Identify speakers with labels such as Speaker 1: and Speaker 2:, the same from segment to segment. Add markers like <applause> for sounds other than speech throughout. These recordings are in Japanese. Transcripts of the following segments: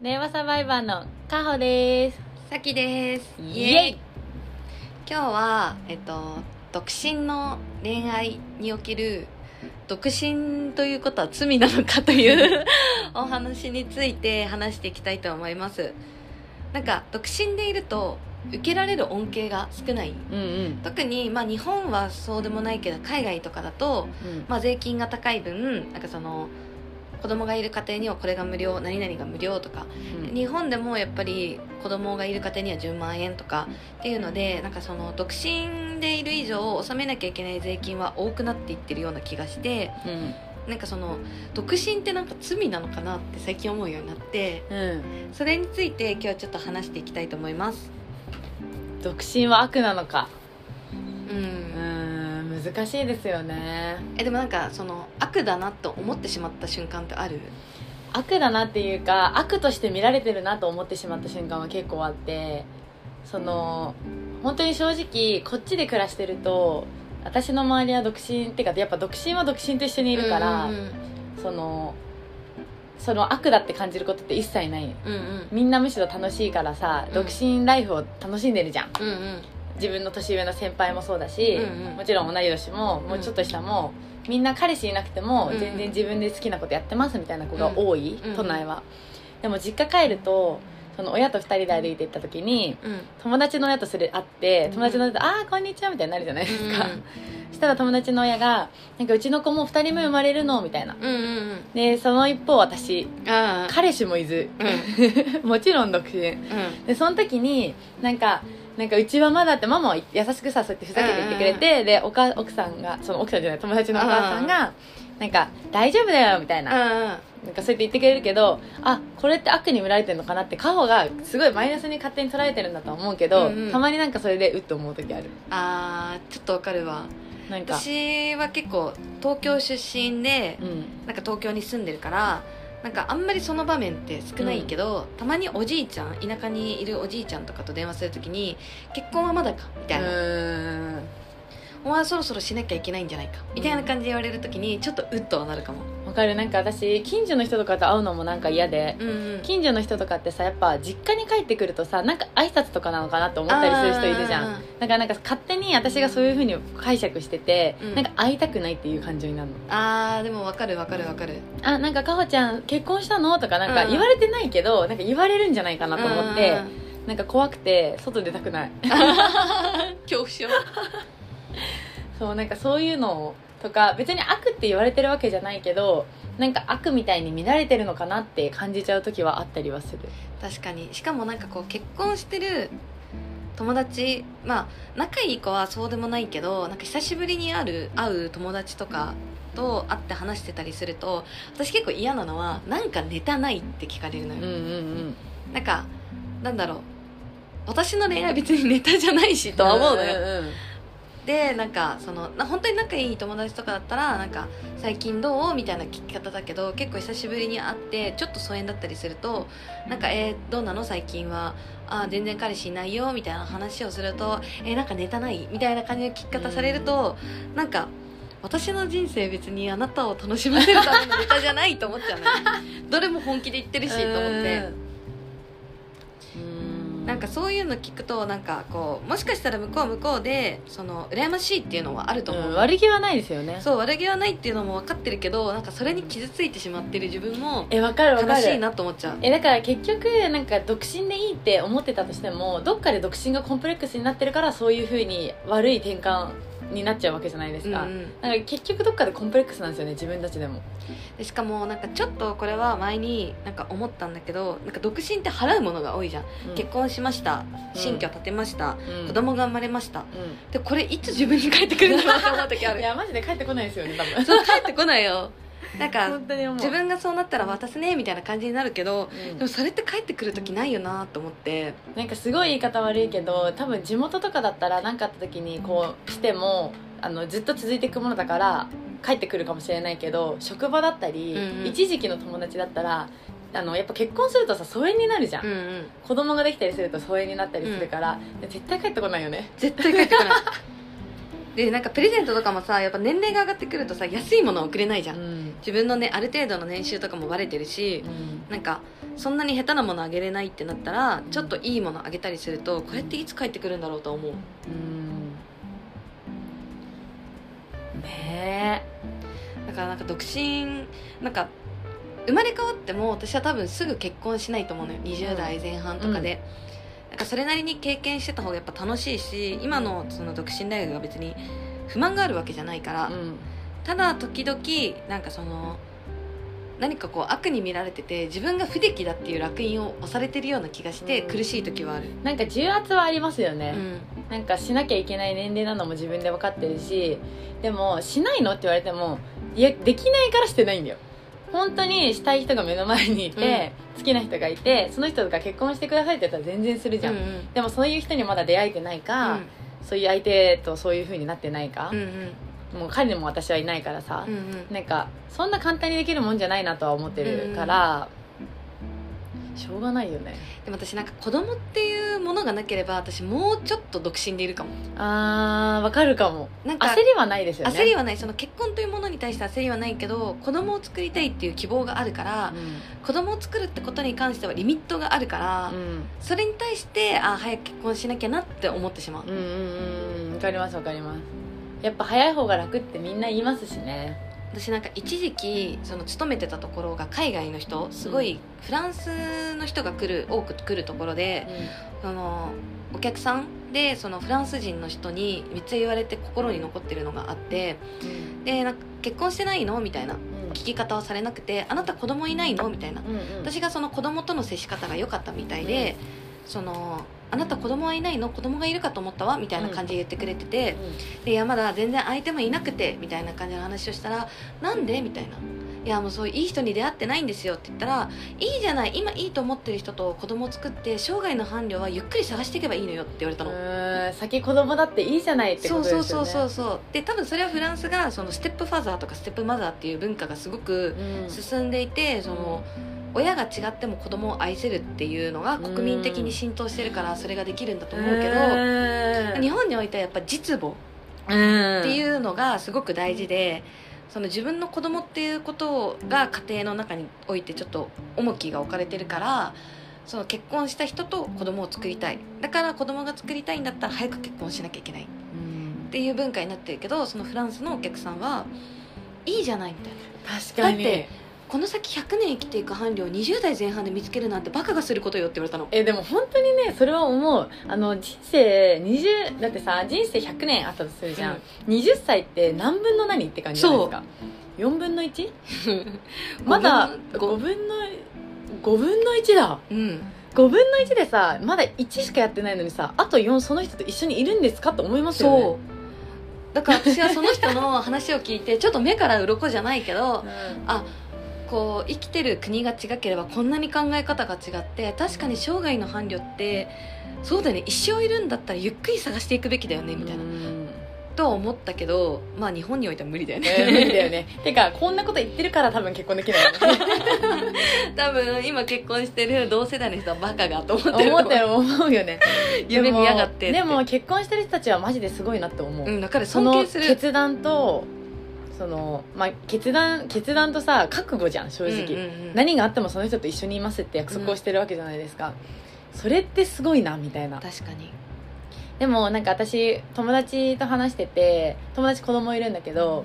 Speaker 1: 令和サバイバーのカホです
Speaker 2: さきです
Speaker 1: イエイ
Speaker 2: 今日はえっと独身の恋愛における独身ということは罪なのかという
Speaker 1: <laughs>
Speaker 2: お話について話していきたいと思いますなんか独身でいると受けられる恩恵が少ない
Speaker 1: うんうん
Speaker 2: 特にまあ日本はそうでもないけど海外とかだと
Speaker 1: うん
Speaker 2: まあ、税金が高い分なんかその子供がいる家庭にはこれが無料何々が無料とか、日本でもやっぱり子供がいる家庭には10万円とかっていうのでなんかその独身でいる以上納めなきゃいけない税金は多くなっていってるような気がして
Speaker 1: うん
Speaker 2: なんかその独身ってなんか罪なのかなって最近思うようになって
Speaker 1: うん
Speaker 2: それについて今日はちょっと話していきたいと思います。
Speaker 1: 独身は悪なのか
Speaker 2: う
Speaker 1: うんん難しいですよね
Speaker 2: えでもなんかその悪だなと思ってしまった瞬間ってある
Speaker 1: 悪だなっていうか悪として見られてるなと思ってしまった瞬間は結構あってその本当に正直こっちで暮らしてると私の周りは独身っていうかやっぱ独身は独身と一緒にいるから、
Speaker 2: うんうん
Speaker 1: そのその悪だって感じることって一切ない
Speaker 2: うんうん
Speaker 1: みんなむしろ楽しいからさ、
Speaker 2: うん
Speaker 1: 独身ライフを楽しんでるじゃん
Speaker 2: うんうん
Speaker 1: 自分の年上の先輩もそうだし、
Speaker 2: うんうん
Speaker 1: もちろん同い年ももうちょっと下も、みんな彼氏いなくても
Speaker 2: うん
Speaker 1: 全然自分で好きなことやってますみたいな子が多い、
Speaker 2: うん
Speaker 1: 都内はでも実家帰るとその親と2人で歩いて行った時に
Speaker 2: うん
Speaker 1: 友達の親とすれ会って
Speaker 2: うん
Speaker 1: 友達の親と「ああこんにちは」みたいになるじゃないですか、
Speaker 2: うん
Speaker 1: <laughs> そしたら友達の親が「なんかうちの子も2人目生まれるの?」みたいな
Speaker 2: うんうんうん
Speaker 1: でその一方私
Speaker 2: ああ
Speaker 1: 彼氏もいず
Speaker 2: うんう
Speaker 1: <laughs>
Speaker 2: ん
Speaker 1: もちろん独身でその時になんかなんかうちはまだってママは優しくさそうやってふざけて言ってくれてでおか奥さんがその奥さんじゃない友達のお母さんがなんか大丈夫だよみたいな
Speaker 2: あ
Speaker 1: なんかそうやって言ってくれるけどあこれって悪に見られてるのかなってカホがすごいマイナスに勝手に捉えてるんだとは思うけど、
Speaker 2: うんうん
Speaker 1: たまになんかそれでうっと思う時ある
Speaker 2: あーちょっとわかるわ
Speaker 1: なんか
Speaker 2: 私は結構東京出身で
Speaker 1: うん
Speaker 2: なんか東京に住んでるからなんかあんまりその場面って少ないけど、たまにおじいちゃん田舎にいるおじいちゃんとかと電話するときに結婚はまだかみたいな、
Speaker 1: うん
Speaker 2: お前そろそろしなきゃいけないんじゃないかみたいな感じで言われるときにちょっとうっとはなるかも、
Speaker 1: わかるなんか私近所の人とかと会うのもなんか嫌で
Speaker 2: うんうん、
Speaker 1: 近所の人とかってさやっぱ実家に帰ってくるとさなんか挨拶とかなのかなと思ったりする人いるじゃん
Speaker 2: あー
Speaker 1: だからなんか勝手に私がそういうふうに解釈してて、
Speaker 2: うん
Speaker 1: なんか会いたくないっていう感情になるの
Speaker 2: あーでもわかるわかるわかる
Speaker 1: あなんかかほちゃん結婚したのとかなんか
Speaker 2: うん
Speaker 1: 言われてないけど、なんか言われるんじゃないかなと思って、 <laughs>
Speaker 2: うんうん <laughs>
Speaker 1: なんか怖くて外出たくない <laughs>
Speaker 2: うん恐怖症
Speaker 1: そうなんかそういうのとか別に悪って言われてるわけじゃないけどなんか悪みたいに見られてるのかなって感じちゃう時はあったりはする
Speaker 2: 確かにしかもなんかこう結婚してる友達まあ仲いい子はそうでもないけどなんか久しぶりに会う会う友達とかと会って話してたりすると私結構嫌なのは「なんかネタない?」って聞かれるの
Speaker 1: うん
Speaker 2: よ、
Speaker 1: うん
Speaker 2: なんかなんだろう私の恋愛別にネタじゃないし
Speaker 1: うん
Speaker 2: とは思うのよ、
Speaker 1: うんうん
Speaker 2: でなんかそのな本当に仲いい友達とかだったらなんか最近どうみたいな聞き方だけど結構久しぶりに会ってちょっと疎遠だったりするとなんかえーどうなの最近はあー全然彼氏いないよみたいな話をするとえーなんかネタないみたいな感じの聞き方されると、なんか私の人生別にあなたを楽しませるためのネタじゃないと思っちゃう <laughs> のよどれも本気で言ってるしと思って。
Speaker 1: うん
Speaker 2: なんかそういうの聞くとなんかこうもしかしたら向こうは向こうでその羨ましいっていうのはあると思う、
Speaker 1: うん悪気はないですよね
Speaker 2: <laughs> そう悪気はないっていうのも分かってるけどなんかそれに傷ついてしまってる自分も
Speaker 1: えわかるわか
Speaker 2: 悲
Speaker 1: る
Speaker 2: しいなと思っちゃう
Speaker 1: えだから結局なんか独身でいいって思ってたとしてもどっかで独身がコンプレックスになってるからそういうふうに悪い転換になっちゃうわけじゃないです
Speaker 2: うんう
Speaker 1: か、
Speaker 2: ん
Speaker 1: なんか結局どっかでコンプレックスなんですよね自分たちでも
Speaker 2: でしかもなんかちょっとこれは前になんか思ったんだけどなんか独身って払うものが多いじゃん、結婚しました新居建てました、
Speaker 1: 構
Speaker 2: 子供が生まれました
Speaker 1: う
Speaker 2: でこれいつ自分に返ってくるんだろうって思う時あ
Speaker 1: んい
Speaker 2: る
Speaker 1: やマジで帰ってこないですよね多分
Speaker 2: そう返ってこないよなんか
Speaker 1: 本当に思う
Speaker 2: 自分がそうなったら渡すねみたいな感じになるけ
Speaker 1: う
Speaker 2: ど
Speaker 1: ん
Speaker 2: でもそれって返ってくる時ないよなと思って
Speaker 1: なんかすごい言い方悪いけど多分地元とかだったら何かあった時にこうしてもあのずっと続いていくものだから帰ってくるかもしれないけど職場だったり、
Speaker 2: うんうん
Speaker 1: 一時期の友達だったらあのやっぱ結婚するとさ疎遠になるじゃん、
Speaker 2: うんうん
Speaker 1: 子供ができたりすると疎遠になったりするから、絶対帰ってこないよね
Speaker 2: 絶対帰ってこないでなんかプレゼントとかもさやっぱ年齢が上がってくるとさ安いものは送れないじゃ、
Speaker 1: うんん
Speaker 2: 自分のねある程度の年収とかもバレてるし、なんかそんなに下手なものあげれないってなったらちょっといいものあげたりするとこれっていつ帰ってくるんだろうとは思う
Speaker 1: うんね
Speaker 2: だからなんか独身なんか生まれ変わっても私は多分すぐ結婚しないと思うのよ20代前半とかで、なんかそれなりに経験してた方がやっぱ楽しいし今のその独身大学が別に不満があるわけじゃないから、
Speaker 1: えうん
Speaker 2: ただ時々なんかその何かこう悪に見られてて自分が不出来だっていう烙印を押されてるような気がして
Speaker 1: うん
Speaker 2: 苦しい時はある、
Speaker 1: なんか重圧はありますよね、
Speaker 2: うん
Speaker 1: なんかしなきゃいけない年齢なのも自分で分かってるしでもしないのって言われてもいやできないからしてないんだよ本当にしたい人が目の前にいて、好きな人がいてその人が結婚してくださいって言ったら全然するじゃん、
Speaker 2: うんうん
Speaker 1: でもそういう人にまだ出会えてないか、そういう相手とそういう風になってないか
Speaker 2: うん、うん
Speaker 1: もう彼にも私はいないからさ、
Speaker 2: うんうん
Speaker 1: なんかそんな簡単にできるもんじゃないなとは思ってるから、しょうがないよね
Speaker 2: でも私なんか子供っていうものがなければ私もうちょっと独身でいるかも
Speaker 1: あーわかるかも
Speaker 2: なんか
Speaker 1: 焦りはないですよね
Speaker 2: 焦りはないその結婚というものに対して焦りはないけど子供を作りたいっていう希望があるから子供を作るってことに関してはリミットがあるから、
Speaker 1: うん、うん
Speaker 2: それに対してあ早く結婚しなきゃなって思ってしまう、
Speaker 1: うんうんうんわかりますわかりますやっぱ早い方が楽ってみんな言いますしね
Speaker 2: 私なんか一時期その勤めてたところが海外の人すごいフランスの人が来る多く来るところでそのお客さんでそのフランス人の人にめっちゃ言われて心に残ってるのがあってでなんか結婚してないのみたいな聞き方をされなくてあなた子供いないのみたいな
Speaker 1: うん
Speaker 2: 私がその子供との接し方が良かったみたいで、そのあなた子供はいないの子供がいるかと思ったわみたいな感じで言ってくれてて、でいやまだ全然相手もいなくてみたいな感じの話をしたらなんでみたいな。いやもうそういういい人に出会ってないんですよって言ったらいいじゃない今いいと思ってる人と子供を作って生涯の伴侶はゆっくり探していけばいいのよって言われたの、
Speaker 1: うんうん先子供だっていいじゃないってこ
Speaker 2: そ
Speaker 1: と
Speaker 2: う
Speaker 1: です
Speaker 2: そ
Speaker 1: よ
Speaker 2: う
Speaker 1: ね
Speaker 2: そうそうそうで多分それはフランスがそのステップファザーとかステップマザーっていう文化がすごく
Speaker 1: うん
Speaker 2: 進んでいてその親が違っても子供を愛せるっていうのが国民的に浸透してるからそれができるんだと思うけど日本においてはやっぱ実母
Speaker 1: うん
Speaker 2: っていううのがすごく大事でその自分の子供っていうことが家庭の中においてちょっと重きが置かれてるからその結婚した人と子供を作りたいだから子供が作りたいんだったら早く結婚しなきゃいけないっ
Speaker 1: ん
Speaker 2: ていう文化になってるけどそのフランスのお客さんはいいじゃないみたいな。
Speaker 1: 確か
Speaker 2: だっ
Speaker 1: に
Speaker 2: てこの先100年生きていく伴侶を20代前半で見つけるなんてバカがすることよって言われたの
Speaker 1: えでも本当にねそれは思うあの人生20だってさ人生100年あったとするじ
Speaker 2: <laughs>
Speaker 1: ゃん、20歳って何分の何って感じじゃないですか4分の 1? まだ5
Speaker 2: 5
Speaker 1: 分の5分の1だ
Speaker 2: うん
Speaker 1: 5分の1でさまだ1しかやってないのにさあと4その人と一緒にいるんですかと思いますよね
Speaker 2: そうだから私はその人の話を聞いて <laughs> ちょっと目から鱗じゃないけどあこう生きてる国が違ければこんなに考え方が違って確かに生涯の伴侶ってそうだよね一生いるんだったらゆっくり探していくべきだよねみたいな、
Speaker 1: うん
Speaker 2: とは思ったけどまあ日本においては無理だよね、
Speaker 1: えー <laughs> 無理だよねてかこんなこと言ってるから多分結婚できないよね
Speaker 2: <laughs> 多分今結婚してる同世代の人はバカがと思ってると
Speaker 1: 思
Speaker 2: 思う
Speaker 1: ったよ思うよ <laughs> ね
Speaker 2: 夢見やがってって
Speaker 1: でもでも結婚してる人たちはマジですごいなって思う、
Speaker 2: うん、だから
Speaker 1: そ
Speaker 2: 尊
Speaker 1: の
Speaker 2: 敬する。
Speaker 1: 決断とその、まあ、決断決断とさ覚悟じゃん正直、
Speaker 2: うんうんうん
Speaker 1: 何があってもその人と一緒にいますって約束をしてるわけじゃないですか、それってすごいなみたいな
Speaker 2: 確かに。
Speaker 1: でもなんか私友達と話してて友達子供いるんだけど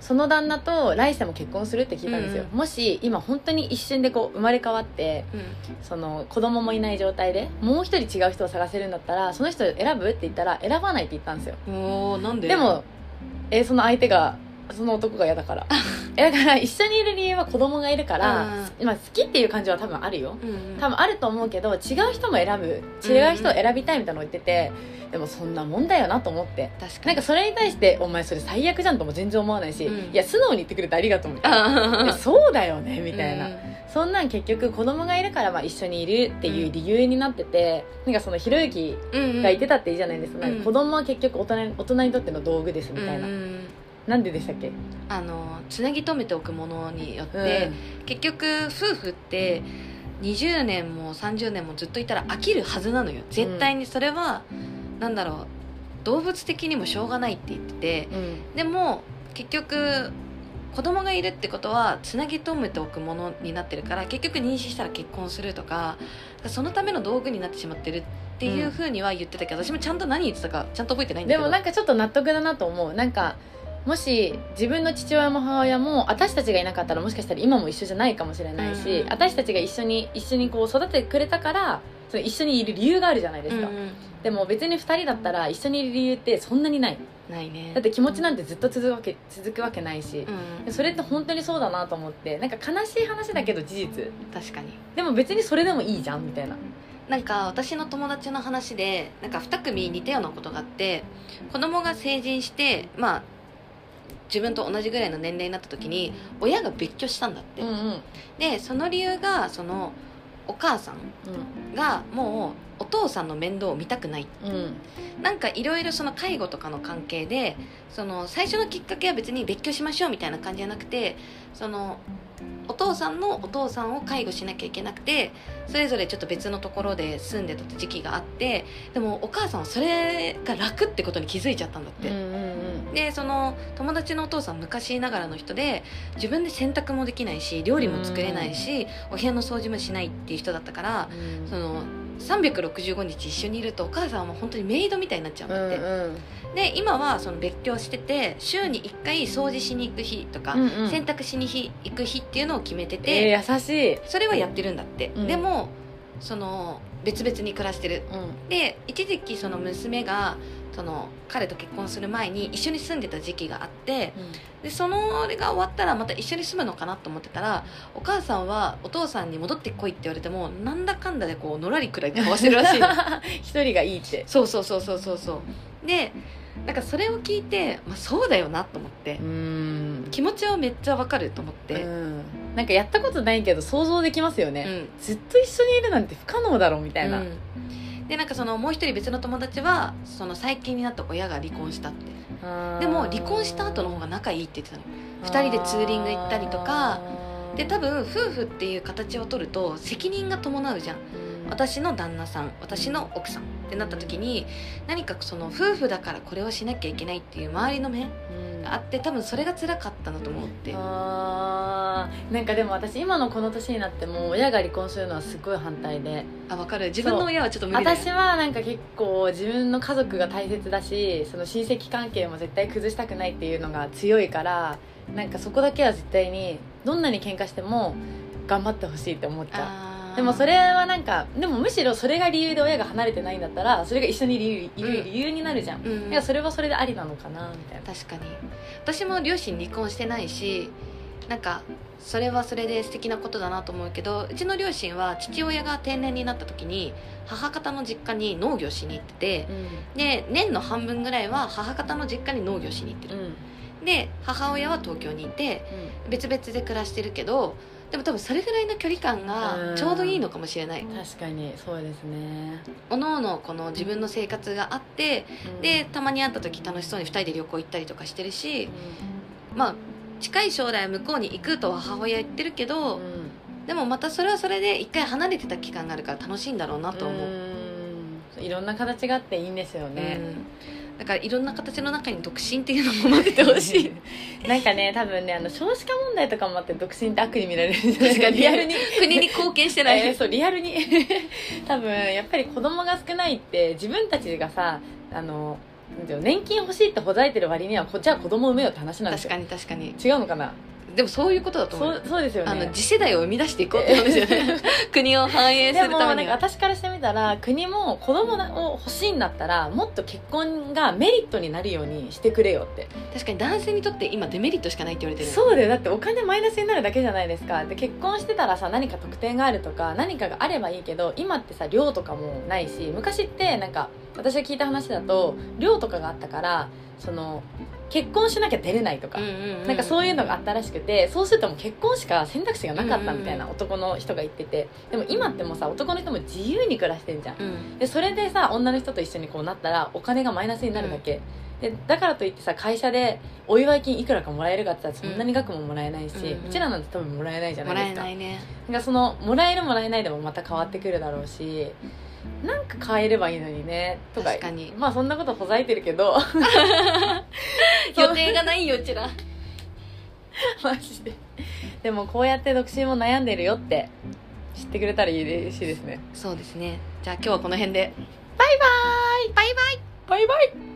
Speaker 1: その旦那と来世も結婚するって聞いたんですよ、
Speaker 2: うん
Speaker 1: もし今本当に一瞬でこう生まれ変わってその子供もいない状態でもう一人違う人を探せるんだったらその人選ぶって言ったら選ばないって言ったんですよ
Speaker 2: うん。おお、なんで。
Speaker 1: で。も、えーその相手がその男が嫌だ
Speaker 2: <laughs>
Speaker 1: からえだから一緒にいる理由は子供がいるから、
Speaker 2: うん
Speaker 1: まあ、好きっていう感情は多分あるよ
Speaker 2: うんうん、
Speaker 1: 多分あると思うけど違う人も選ぶ違う人を選びたいみたいなのを言ってて、でもそんなもんだよなと思って
Speaker 2: 確
Speaker 1: な
Speaker 2: か
Speaker 1: ん
Speaker 2: に。
Speaker 1: かそれに対して「お前それ最悪じゃん」とも全然思わないし、
Speaker 2: うん
Speaker 1: いや素直に言ってくれてありがとう」みたいな。いや
Speaker 2: あ
Speaker 1: そうだよ <laughs> ねみ
Speaker 2: み
Speaker 1: たいな、
Speaker 2: うんうん
Speaker 1: そんなん結局子供がいるからまあ一緒にいるっていう理由になってて、なんかそのひろゆき
Speaker 2: うんうん。
Speaker 1: がいてたっていいじゃないですか,、
Speaker 2: うん
Speaker 1: 子供は結局大人大人にとっての道具ですみたいな、
Speaker 2: うんうん
Speaker 1: なんででしたっけ、
Speaker 2: あの、つなぎ止めておくものによっ
Speaker 1: で
Speaker 2: て、結局夫婦って。20年も30年もずっといたら飽きるはずなのよ絶対にそれは、なんだろう動物的にもしょうがないって言ってて
Speaker 1: うん
Speaker 2: でも結局子供がいるってことはつなぎ止めておくものになってるから結局妊娠したら結婚するとかそのための道具になってしまってるっていうふうには言ってたけど、私もちゃんと何言ってたかちゃんと覚えてないんだ
Speaker 1: で
Speaker 2: けど
Speaker 1: もなんかちょっと納得だなと思うなんかもし自分の父親も母親も私たちがいなかったらもしかしたら今も一緒じゃないかもしれないし、
Speaker 2: うん
Speaker 1: 私たちが一緒に一緒にこう育ててくれたからその一緒にいる理由があるじゃないですか、
Speaker 2: うんうん
Speaker 1: でも別に2人だったら一緒にいる理由ってそんなにない
Speaker 2: ないね
Speaker 1: だって気持ちなんてずっと続くわけ続くわけないし
Speaker 2: う、ん、
Speaker 1: それって本当にそうだなと思ってなんか悲しい話だけど事実
Speaker 2: 確かに
Speaker 1: でも別にそれでもいいじゃんみたいな
Speaker 2: なんか私の友達の話でなんか2組似たようなことがあって子供が成人してまあ自分と同じぐらいの年齢になった時に親が別居したんだって、
Speaker 1: うんうん
Speaker 2: でその理由がそのお母さんがもうお父さんの面倒を見たくない
Speaker 1: うんうん
Speaker 2: なんかいろいろその介護とかの関係でその最初のきっかけは別に別居しましょうみたいな感じじゃなくてそのお父さんのお父さんを介護しなきゃいけなくてそれぞれちょっと別のところで住んでた時期があってでもお母さんはそれが楽ってことに気づいちゃったんだっ
Speaker 1: うんう
Speaker 2: て、
Speaker 1: ん
Speaker 2: でその友達のお父さん昔ながらの人で自分で洗濯もできないし料理も作れないしお部屋の掃除もしないっていう人だったから
Speaker 1: うん
Speaker 2: その365日一緒にいるとお母さんはもう本当にメイドみたいになっちゃうんだって、
Speaker 1: うん
Speaker 2: で今はその別居してて週に1回掃除しに行く日とか、
Speaker 1: うんうん
Speaker 2: 洗濯しに日行く日っていうのを決めてて、
Speaker 1: えー、優しい、
Speaker 2: それはやってるんだって、
Speaker 1: うん
Speaker 2: でもその別々に暮らしてる
Speaker 1: う
Speaker 2: で一時期その娘がその彼と結婚する前に一緒に住んでた時期があって <laughs>
Speaker 1: ん、
Speaker 2: でそのあれが終わったらまた一緒に住むのかなと思ってたらお母さんはお父さんに戻ってこいって言われてもなんだかんだでこうのらりくらい交わしてる
Speaker 1: <laughs>
Speaker 2: らしいの
Speaker 1: 一人がいいって、
Speaker 2: そうそうそうそうそうそうでなんかそれを聞いて、まあ、そうだよなと思って、
Speaker 1: ん
Speaker 2: 気持ちはめっちゃわかると思って、
Speaker 1: なんかやったことないけど想像できますよ
Speaker 2: う
Speaker 1: ね、
Speaker 2: ん
Speaker 1: ずっと一緒にいるなんて不可能だろみたいな、
Speaker 2: うんでなんかそのもう一人別の友達はその最近になった親が離婚したってでも離婚した後の方が仲いいって言ってたの二人でツーリング行ったりとかで多分夫婦っていう形を取ると責任が伴うじゃん私の旦那さん私の奥さんってなった時に何かその夫婦だからこれをしなきゃいけないっていう周りの目があって多分それが辛かったんだと思って
Speaker 1: あーなんかでも私今のこの年になっても親が離婚するのはすごい反対で
Speaker 2: あわかる自分の親はちょっと無理だよ
Speaker 1: 私はなんか結構自分の家族が大切だしその親戚関係も絶対崩したくないっていうのが強いからなんかそこだけは絶対にどんなに喧嘩しても頑張ってほしいって思っちゃ
Speaker 2: あ
Speaker 1: う
Speaker 2: ー
Speaker 1: でもそれはなんかでもむしろそれが理由で親が離れてないんだったらそれが一緒に理由いる
Speaker 2: うん
Speaker 1: 理由になるじゃん、
Speaker 2: うん
Speaker 1: いやそれはそれでありなのかなみたいな
Speaker 2: 確かに私も両親離婚してないしなんかそれはそれで素敵なことだなと思うけどうちの両親は父親が定年になった時に母方の実家に農業しに行っててで年の半分ぐらいは母方の実家に農業しに行って
Speaker 1: う
Speaker 2: る
Speaker 1: ん
Speaker 2: で母親は東京にいて別々で暮らしてるけどでも多分それぐらいの距離感
Speaker 1: う
Speaker 2: が
Speaker 1: ん
Speaker 2: ちょうどいいのかもしれない
Speaker 1: 確かにそうですね、
Speaker 2: おのおのこの自分の生活があって
Speaker 1: うん
Speaker 2: でたまに会った時楽しそうに2人で旅行行ったりとかしてるし
Speaker 1: う
Speaker 2: まあ近い将来向こうに行くとは母親言ってるけど、
Speaker 1: んうん
Speaker 2: でもまたそれはそれで一回離れてた期間があるから楽しいんだろうなと思う、
Speaker 1: うんいろんな形があっていいんですよ
Speaker 2: うん
Speaker 1: ね、
Speaker 2: だからいろんな形の中に独身っていうのも混ぜてほし
Speaker 1: <laughs>
Speaker 2: い
Speaker 1: なんかね多分ねあの少子化問題とかもあって独身って悪に見られるんじゃないですか
Speaker 2: 確かに
Speaker 1: リアルに
Speaker 2: 国に貢献してない、
Speaker 1: <laughs> えーそうリアルに多分やっぱり子供が少ないって自分たちがさあのなんていうの年金欲しいってほざいてる割にはこっちは子供産めよって話なんです
Speaker 2: 確
Speaker 1: よ
Speaker 2: かに確かに
Speaker 1: 違うのかな
Speaker 2: でもそういうことだと思
Speaker 1: そううそうですよね
Speaker 2: あの次世代を生み出していこうって話じゃない <laughs> 国を反映す
Speaker 1: で
Speaker 2: る
Speaker 1: も
Speaker 2: た
Speaker 1: なん
Speaker 2: めに
Speaker 1: か
Speaker 2: は
Speaker 1: 私からしてみたら国も子供を欲しいんだったらもっと結婚がメリットになるようにしてくれよって
Speaker 2: 確かに男性にとって今デメリットしかないって言われてる
Speaker 1: そうだよだってお金マイナスになるだけじゃないですかで結婚してたらさ何か特典があるとか何かがあればいいけど今ってさ寮とかもないし昔ってなんか私が聞いた話だと寮とかがあったからその結婚しなきゃ出れないとか、
Speaker 2: うんうんうん、
Speaker 1: なんかそう
Speaker 2: いう
Speaker 1: いうのがあったらしくてそうするともう結婚しか選択肢がなかったみたい
Speaker 2: うんうんう
Speaker 1: な男の人が言っててでも今ってもうさ男の人も自由に暮らしてんじゃん
Speaker 2: う、ん、
Speaker 1: でそれでさ女の人と一緒にこうなったらお金がマイナスになるだけ、でだからといってさ会社でお祝い金いくらかもらえるかって言ったらそんなに額ももらえないし、
Speaker 2: う
Speaker 1: うん
Speaker 2: うんうん
Speaker 1: ちらなんて多分もらえないじゃ
Speaker 2: も
Speaker 1: ない
Speaker 2: ら
Speaker 1: で
Speaker 2: え
Speaker 1: すか
Speaker 2: ないね
Speaker 1: だからそのもらえるもらえないでもまた変わってくるだろうしなんか変えればいいのにねとか
Speaker 2: 確かに
Speaker 1: まあそんなことほざいてるけ <laughs> どそう
Speaker 2: <laughs>
Speaker 1: <laughs>
Speaker 2: 予定がないようちら
Speaker 1: マジででもこうやって独身も悩んでるよって知ってくれたら嬉しいですね
Speaker 2: そうですねじゃあ今日はこの辺で
Speaker 1: バイバイ
Speaker 2: バイバイ
Speaker 1: バイバイ